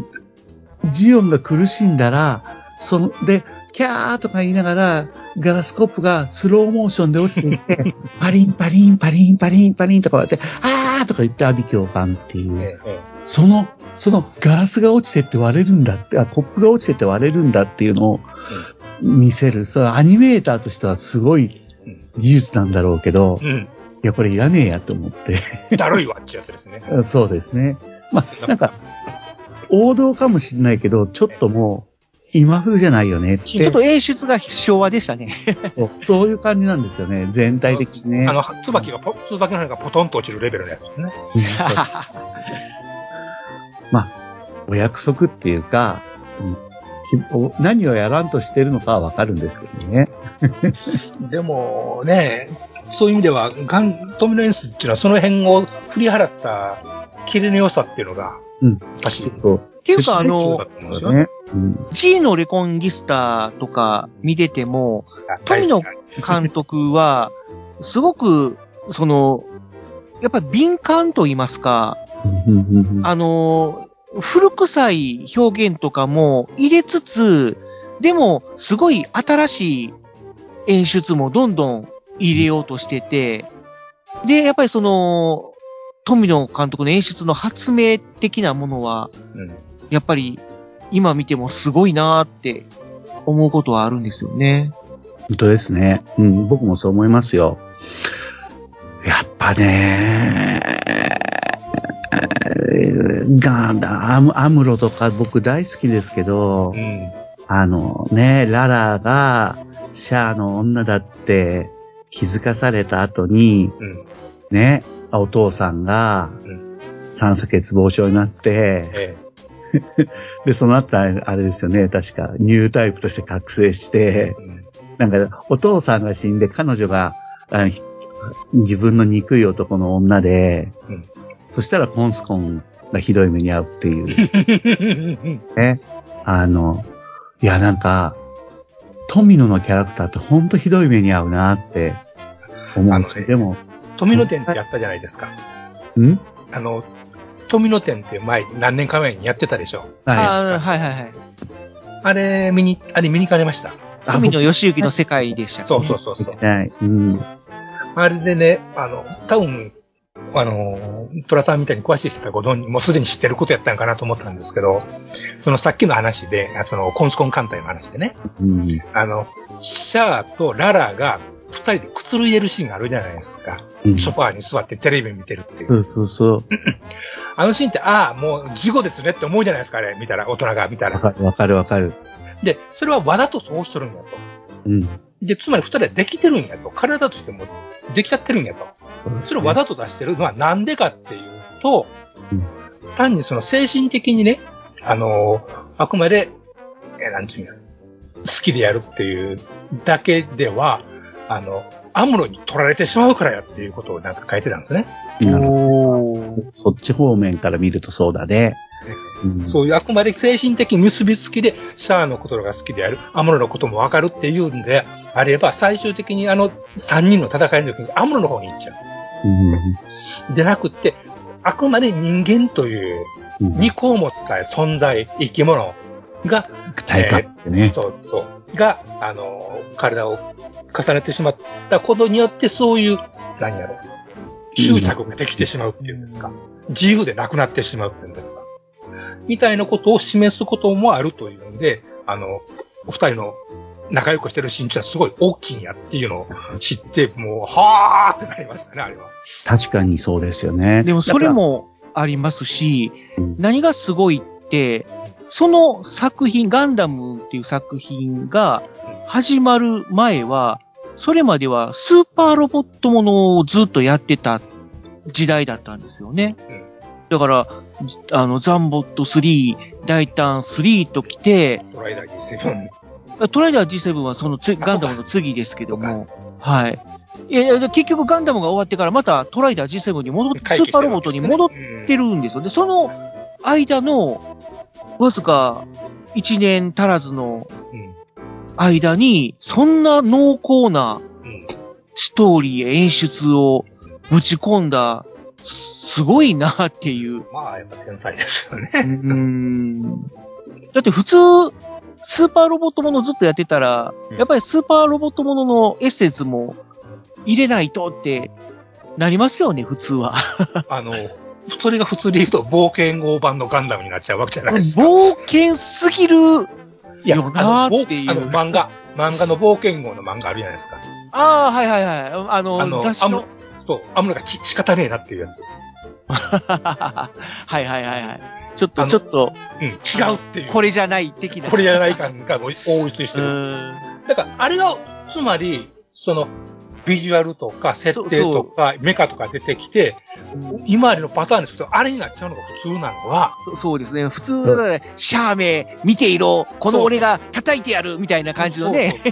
[SPEAKER 4] ジオンが苦しんだら、その、で、キャーとか言いながら、ガラスコップがスローモーションで落ちてい <laughs> って、パリンパリンパリンパリンパリンとかやって、あーとか言って阿ビ教官っていう。その、そのガラスが落ちてって割れるんだって、あ、コップが落ちてって割れるんだっていうのを見せる。それはアニメーターとしてはすごい技術なんだろうけど、
[SPEAKER 3] うん。
[SPEAKER 4] いや、これいらねえやと思って。
[SPEAKER 3] だるいわってやつですね。
[SPEAKER 4] そうですね。まあ、なんか、王道かもしれないけど、ちょっともう、今風じゃないよねって。
[SPEAKER 2] ちょっと演出が昭和でしたね。
[SPEAKER 4] そうそういう感じなんですよね。全体的にね。
[SPEAKER 3] あの、椿がポ、椿の羽がポトンと落ちるレベルのやつですね。
[SPEAKER 4] うんそうまあ、お約束っていうか、うんきお何をやらんとしてるのかはわかるんですけどね。
[SPEAKER 3] でもね、そういう意味では、ガン、トミノエンスっていうのはその辺を振り払った、キレの良さっていうのが、
[SPEAKER 4] うん。
[SPEAKER 3] 走り。
[SPEAKER 4] そう。
[SPEAKER 2] <laughs> っ
[SPEAKER 3] <laughs>
[SPEAKER 2] ていうか、あの
[SPEAKER 3] だ、と思うんですよね。
[SPEAKER 4] ね。うん。
[SPEAKER 2] G のレコンギスタとか見てても、
[SPEAKER 3] 大
[SPEAKER 2] 富
[SPEAKER 3] 好
[SPEAKER 2] 野
[SPEAKER 3] きな
[SPEAKER 2] 監督は、すごく、その、やっぱり敏感と言いますか、
[SPEAKER 4] うんうんうんうん
[SPEAKER 2] あの、古臭い表現とかも入れつつ、でも、すごい新しい演出もどんどん入れようとしてて、で、やっぱりその、富野監督の演出の発明的なものは、
[SPEAKER 3] うん
[SPEAKER 2] やっぱり今見てもすごいなーって思うことはあるんですよね。
[SPEAKER 4] 本当ですね。うん、僕もそう思いますよ。やっぱね、ガンダアム、アムロとか僕大好きですけど、
[SPEAKER 3] うん。
[SPEAKER 4] あのね、ララがシャアの女だって気づかされた後に、
[SPEAKER 3] うん。
[SPEAKER 4] ね、お父さんが
[SPEAKER 3] うん
[SPEAKER 4] 酸素欠乏症になって、
[SPEAKER 3] ええ。
[SPEAKER 4] で、その後あれあれですよね、確かニュータイプとして覚醒して、
[SPEAKER 3] うん
[SPEAKER 4] なんか、お父さんが死んで、彼女が、あひ自分の憎い男の女で、
[SPEAKER 3] うん
[SPEAKER 4] そしたらコンスコンがひどい目に遭うっていう、 <laughs>
[SPEAKER 3] うん。
[SPEAKER 4] ね。あの、いや、なんか、富野のキャラクターってほんとひどい目に遭うなって思うんですよ。
[SPEAKER 3] あのね
[SPEAKER 4] でも、
[SPEAKER 3] 富野店ってやったじゃないですか。
[SPEAKER 4] ん
[SPEAKER 3] あの、富野店って前、何年か前にやってたでしょ。
[SPEAKER 4] はい。
[SPEAKER 2] あーはいはいはい。
[SPEAKER 3] あれ、見に、あれ見に行かれました。
[SPEAKER 2] 富野義行の世界でした、ね。
[SPEAKER 3] そうそうそうそう。
[SPEAKER 4] はい。うん。
[SPEAKER 3] <laughs> あれでね、あの、多分、あの、トラさんみたいに詳しい人はご存知、もうすでに知ってることやったんかなと思ったんですけど、そのさっきの話で、あそのコンスコン艦隊の話でね、
[SPEAKER 4] うん。
[SPEAKER 3] あの、シャアとララが二人でくつろいでるシーンがあるじゃないですか。
[SPEAKER 4] うん
[SPEAKER 3] ソ
[SPEAKER 4] そ
[SPEAKER 3] ファーに座ってテレビ見てるっていう。
[SPEAKER 4] うそうそう。
[SPEAKER 3] あのシーンって、ああ、もう事故ですねって思うじゃないですか、あれ、見たら、大人が見た。
[SPEAKER 4] わからるわかるわかる。
[SPEAKER 3] で、それはわざとそうしてるんだと。
[SPEAKER 4] うん。
[SPEAKER 3] で、つまり二人はできてるんやと。体としてもできちゃってるんやと。
[SPEAKER 4] そうですね
[SPEAKER 3] それをわざと出してるのはなんでかっていうと、
[SPEAKER 4] うん
[SPEAKER 3] 単にその精神的にね、あのーあくまで、えーなんていうんや好きでやるっていうだけでは、あの、アムロに取られてしまうからやっていうことをなんか書いてたんですね。
[SPEAKER 4] なるほど
[SPEAKER 2] おー
[SPEAKER 4] そっち方面から見るとそうだね。うん
[SPEAKER 3] そういうあくまで精神的結びつきで、シャアのことが好きである、アムロのこともわかるっていうんであれば、最終的にあの3人の戦いの時にアムロの方に行っちゃう。でなくって、あくまで人間という
[SPEAKER 4] うん。うん
[SPEAKER 3] 肉を持った存在、生き物が、
[SPEAKER 4] 体感ってね。
[SPEAKER 3] そうそう、が、あの、体を重ねてしまったことによって、そういう、何やろう、執着ができてしまうっていうんですか。自由でなくなってしまうっていうんですか。みたいなことを示すこともあるというので、あの、お二人の仲良くしてる身長はすごい大きいんやっていうのを知って、もう、はーってなりましたね、あれは。
[SPEAKER 4] 確かにそうですよね。
[SPEAKER 2] でもそれもありますし
[SPEAKER 4] うん、
[SPEAKER 2] 何がすごいって、その作品、ガンダムっていう作品が始まる前は、それまではスーパーロボットものをずっとやってた時代だったんですよね
[SPEAKER 3] うん。
[SPEAKER 2] だから、じあの、ザンボット3、大胆3と来て、
[SPEAKER 3] ドライダー7。
[SPEAKER 2] トライダー G7 はそのつガンダムの次ですけども、はい。いやいや、結局ガンダムが終わってからまたトライダー G7 に戻って、スーパーロボットに戻っ
[SPEAKER 3] っ
[SPEAKER 2] ってるんですよ。で、その間の、わずか1年足らずの
[SPEAKER 3] うん
[SPEAKER 2] 間に、そんな濃厚な
[SPEAKER 3] うん
[SPEAKER 2] ストーリー、演出をぶち込んだ、すごいなっていう。
[SPEAKER 3] <laughs> まあ、やっぱ天才ですよね。
[SPEAKER 2] うーん。だって普通、スーパーロボットものずっとやってたら、やっぱりスーパーロボットもののエッセンスも入れないとってなりますよね、普
[SPEAKER 3] <laughs>
[SPEAKER 2] 通は。
[SPEAKER 3] あの、それが普通で言うと冒険号版のガンダムになっちゃうわけじゃないですか。
[SPEAKER 2] 冒険すぎるよ
[SPEAKER 3] いや、
[SPEAKER 2] な
[SPEAKER 3] あの、
[SPEAKER 2] ー
[SPEAKER 3] ぼ
[SPEAKER 2] っていう。
[SPEAKER 3] あの漫画、漫画の冒険号の漫画あるじゃないですか。
[SPEAKER 2] ああ、はいはいはい。あの、
[SPEAKER 3] あの、
[SPEAKER 2] 雑誌
[SPEAKER 3] ア
[SPEAKER 2] の
[SPEAKER 3] ム。そう、アムロがち仕方ねえなっていうやつ。
[SPEAKER 2] <laughs> はいはいはいはい。ちょっ
[SPEAKER 3] あ
[SPEAKER 2] と、
[SPEAKER 3] の
[SPEAKER 2] ちょっと、
[SPEAKER 3] うん、違うっていう。
[SPEAKER 2] これじゃない的な。
[SPEAKER 3] これじゃない感がもう応立して
[SPEAKER 2] う
[SPEAKER 3] る。
[SPEAKER 2] ーん。
[SPEAKER 3] だから、あれが、つまり、その、ビジュアルとか、設定とか、メカとか出てきて、今までのパターンにすると、あれになっちゃうのが普通なのは、
[SPEAKER 2] そそうですね。普通だから、シャーメン見ていろ、この俺が叩いてやるみたいな感じのね、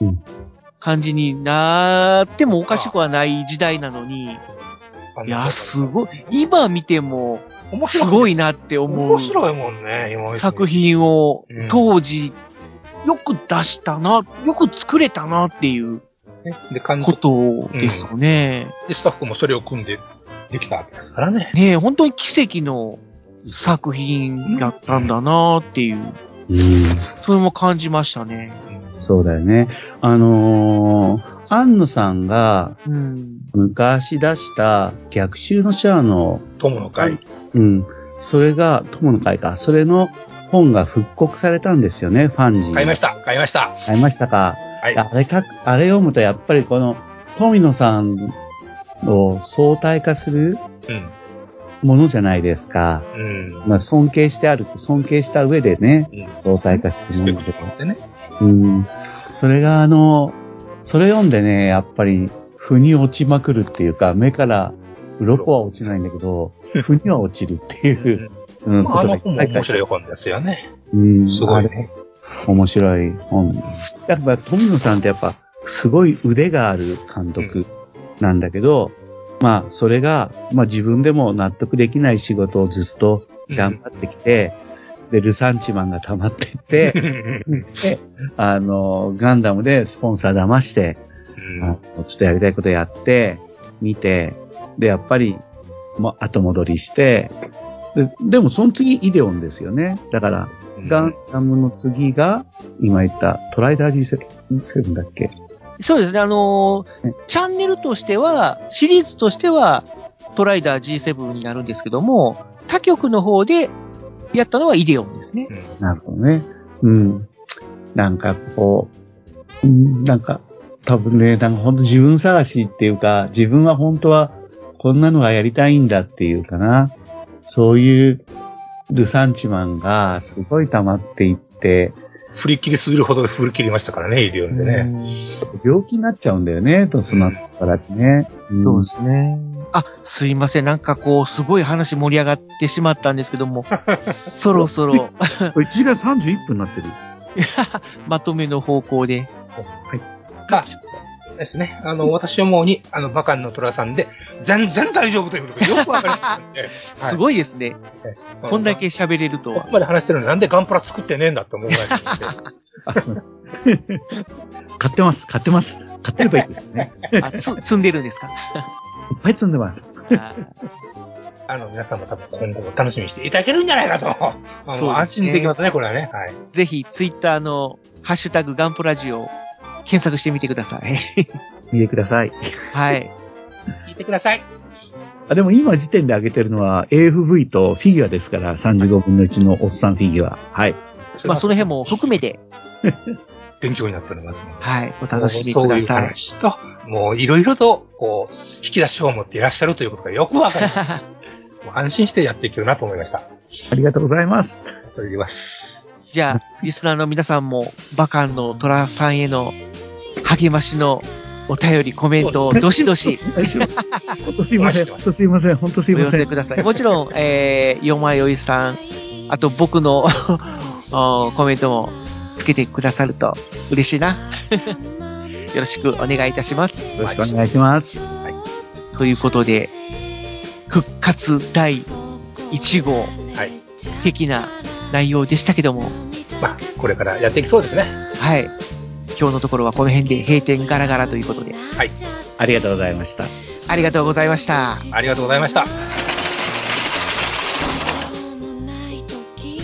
[SPEAKER 4] うん
[SPEAKER 2] 感じになってもおかしくはない時代なのに、
[SPEAKER 3] あの
[SPEAKER 2] いや、すごい。今見ても、
[SPEAKER 3] 面
[SPEAKER 2] す
[SPEAKER 3] 白
[SPEAKER 2] ごい
[SPEAKER 3] な。
[SPEAKER 2] なって思
[SPEAKER 3] 面
[SPEAKER 2] う
[SPEAKER 3] 白いもんね、今
[SPEAKER 2] 作。品を
[SPEAKER 3] うん
[SPEAKER 2] 当時、よく出したな、よく作れたなっていう
[SPEAKER 3] で、監
[SPEAKER 2] こ
[SPEAKER 3] 督
[SPEAKER 2] とですよね。
[SPEAKER 3] でスタッフもそれを組んでできたわけですからね。
[SPEAKER 2] ねえ、本当に奇跡の作品だったんだなっていう、
[SPEAKER 4] うん
[SPEAKER 2] それも感じましたね。
[SPEAKER 4] そうだよね。あのー、アンヌさんが
[SPEAKER 2] うん。
[SPEAKER 4] 昔出した逆襲のシャアの、
[SPEAKER 3] 友の会。
[SPEAKER 4] うん、それが、友の会か、それの本が復刻されたんですよね、ファンジン。。
[SPEAKER 3] 買いましたた、買いました。
[SPEAKER 4] 買いましたか。
[SPEAKER 3] はい。
[SPEAKER 4] あれか、あれ読むとやっぱりこの、富野さんを相対化する
[SPEAKER 3] うん。
[SPEAKER 4] ものじゃないですか。
[SPEAKER 3] うん。
[SPEAKER 4] まあ、尊敬してあると、尊敬した上でね、
[SPEAKER 3] うん
[SPEAKER 4] 相対化してるものとか。
[SPEAKER 3] でね。
[SPEAKER 4] うん。それがあの、それ読んでね、やっぱり、腑に落ちまくるっていうか、目から、鱗は落ちないんだけど、腑には落ちるって
[SPEAKER 3] <laughs>
[SPEAKER 4] いう、うん、
[SPEAKER 3] まあ、
[SPEAKER 4] こ
[SPEAKER 3] あ
[SPEAKER 4] とが
[SPEAKER 3] の
[SPEAKER 4] いっ
[SPEAKER 3] 本も
[SPEAKER 4] ぱい
[SPEAKER 3] 面
[SPEAKER 4] 書いて
[SPEAKER 3] 白い本ですよね。
[SPEAKER 4] うん、
[SPEAKER 3] すごい
[SPEAKER 4] あれ
[SPEAKER 3] ね。
[SPEAKER 4] 面白い本。やっぱ、富野さんってやっぱ、すごい腕がある監督なんだけど、まあ、それが、まあ自分でも納得できない仕事をずっと頑張ってきて、で、ルサンチマンが溜まって
[SPEAKER 3] <laughs>
[SPEAKER 4] って、で、あの、ガンダムでスポンサー騙して、 <laughs>
[SPEAKER 3] うん
[SPEAKER 4] あのちょっとやりたいことやって、見て、で、やっぱり、ま、後戻りして、で、でもその次イデオンですよね。だから、ガンダムの次が、今言ったトライダー G7 だっけ
[SPEAKER 2] そうですね、あのー
[SPEAKER 4] ね
[SPEAKER 2] チャンネルとしては、シリーズとしては、トライダー G7 になるんですけども、他局の方でやったのはイデオンですね。
[SPEAKER 3] うん
[SPEAKER 4] なるほどね。うん。なんかこう、うんなんか、多分ね、なんか本当自分探しっていうか、自分は本当はこんなのがやりたいんだっていうかな。そういうルサンチマンがすごい溜まっていって、
[SPEAKER 3] 振り切りすぎるほど振り切りましたからね、医療でね。
[SPEAKER 4] 病気になっちゃうんだよね、とその後からね。うん
[SPEAKER 2] そうですね。あ、すいません。なんかこう、すごい話盛り上がってしまったんですけども、そろそろ
[SPEAKER 4] これ1時間31分になってる。
[SPEAKER 2] まとめの方向で。。
[SPEAKER 3] まあ、ですね。あの、私思うに、あの、バカンの虎さんで、全然大丈夫ということがよくわかりましたん
[SPEAKER 4] <laughs>
[SPEAKER 3] で
[SPEAKER 2] すごいですね。
[SPEAKER 3] はい
[SPEAKER 2] こんだけ。喋れると
[SPEAKER 3] こ
[SPEAKER 2] は
[SPEAKER 3] こ。まで話してるのになんでガンプラ作ってねえんだって思うぐらいなんで。
[SPEAKER 4] あ、すいません。 <laughs> 買ってます、買ってます。買ってればいいですね。
[SPEAKER 2] あつ積んでるんですか
[SPEAKER 4] いっぱい積んでます。
[SPEAKER 2] あ
[SPEAKER 3] あの、皆さんも多分今後も楽しみにしていただけるんじゃないか
[SPEAKER 2] <laughs>
[SPEAKER 3] と。あの
[SPEAKER 2] そうですね
[SPEAKER 3] 安心できますね、これはね。はい。
[SPEAKER 2] ーぜひ、ツイッターの、ハッシュタグガンプラジオ、検索してみてください。
[SPEAKER 4] 見てください。
[SPEAKER 2] はい。
[SPEAKER 3] 聞いてください。
[SPEAKER 4] あ、でも今時点で上げてるのは AFV とフィギュアですから、35分の1のおっさんフィギュア。はい。
[SPEAKER 2] まあ、その辺も含めて、
[SPEAKER 3] 勉強になっておりますので。
[SPEAKER 2] はい、お楽しみく
[SPEAKER 3] そう
[SPEAKER 2] ださい。
[SPEAKER 3] いう話と、もういろいろと、こう、引き出しを持っていらっしゃるということがよくわかります。
[SPEAKER 2] <laughs>
[SPEAKER 3] もう安心してやっていけるなと思いました。
[SPEAKER 4] ありがとうございます。
[SPEAKER 3] それでは、す
[SPEAKER 2] じゃあ、リスナーの皆さんも、バカンの虎さんへの励ましのお便り、コメントをどしどし
[SPEAKER 4] 大丈夫。ほんとすいません。ほんとすいません。ほんとすい
[SPEAKER 2] お
[SPEAKER 4] ま
[SPEAKER 2] 寄
[SPEAKER 4] せ
[SPEAKER 2] せ
[SPEAKER 4] ん。
[SPEAKER 2] ください。もちろん、えー、よまよいさん、あと僕の <laughs> おコメントもつけてくださると嬉しいな。 <laughs> よろしくお願いいたします。
[SPEAKER 4] よろしくお願いします。
[SPEAKER 2] ということで、復活第1号
[SPEAKER 3] はい。
[SPEAKER 2] 的な内容でしたけども、
[SPEAKER 3] まあ、これからやっていきそうですね。
[SPEAKER 2] はい。今日のところはこの辺で閉店ガラガラということで、
[SPEAKER 3] はい。
[SPEAKER 4] ありがとうございました。
[SPEAKER 2] ありがとうございました。
[SPEAKER 3] ありがとうございました。
[SPEAKER 4] 「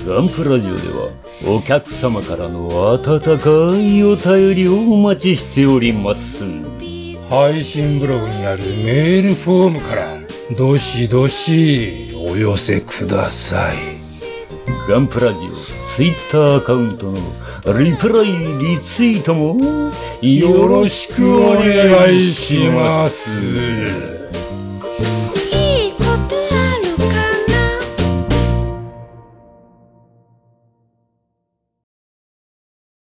[SPEAKER 4] ガンプラジオではお客様からの温かいお便りをお待ちしております
[SPEAKER 6] 配信ブログにあるメールフォームからどしどしお寄せください
[SPEAKER 4] ガンプラジオツイッターアカウントのリプライリツイートもよ
[SPEAKER 6] よ
[SPEAKER 4] ろ
[SPEAKER 6] ろ
[SPEAKER 4] し
[SPEAKER 6] し
[SPEAKER 4] く
[SPEAKER 6] く
[SPEAKER 4] お
[SPEAKER 6] お
[SPEAKER 4] 願
[SPEAKER 6] 願
[SPEAKER 4] い
[SPEAKER 6] い
[SPEAKER 4] し
[SPEAKER 6] し
[SPEAKER 4] ま
[SPEAKER 6] ますす